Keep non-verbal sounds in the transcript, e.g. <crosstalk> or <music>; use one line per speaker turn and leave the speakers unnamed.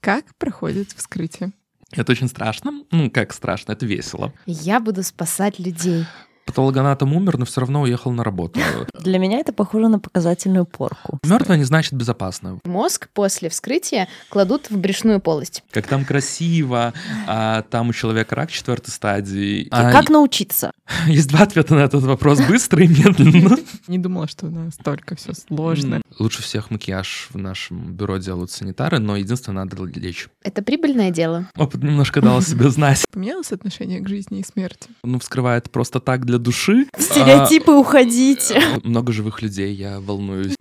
Как проходит вскрытие?
Это очень страшно. Ну, как страшно, это весело.
Я буду спасать людей.
Патологоанатом умер, но все равно уехал на работу.
Для меня это похоже на показательную порку.
Мертвое не значит безопасно.
Мозг после вскрытия кладут в брюшную полость.
Как там красиво, а там у человека рак четвертой стадии. А,
Как научиться?
<laughs> Есть два ответа на этот вопрос, быстро и медленно.
Не думала, что настолько все сложно.
М, Лучше всех макияж в нашем бюро делают санитары, но единственное, надо лечь.
Это прибыльное дело.
Опыт немножко дал о себе знать.
Поменялось отношение к жизни и смерти?
Ну, вскрывает просто так для души.
Стереотипы уходите.
А, Много живых людей, я волнуюсь.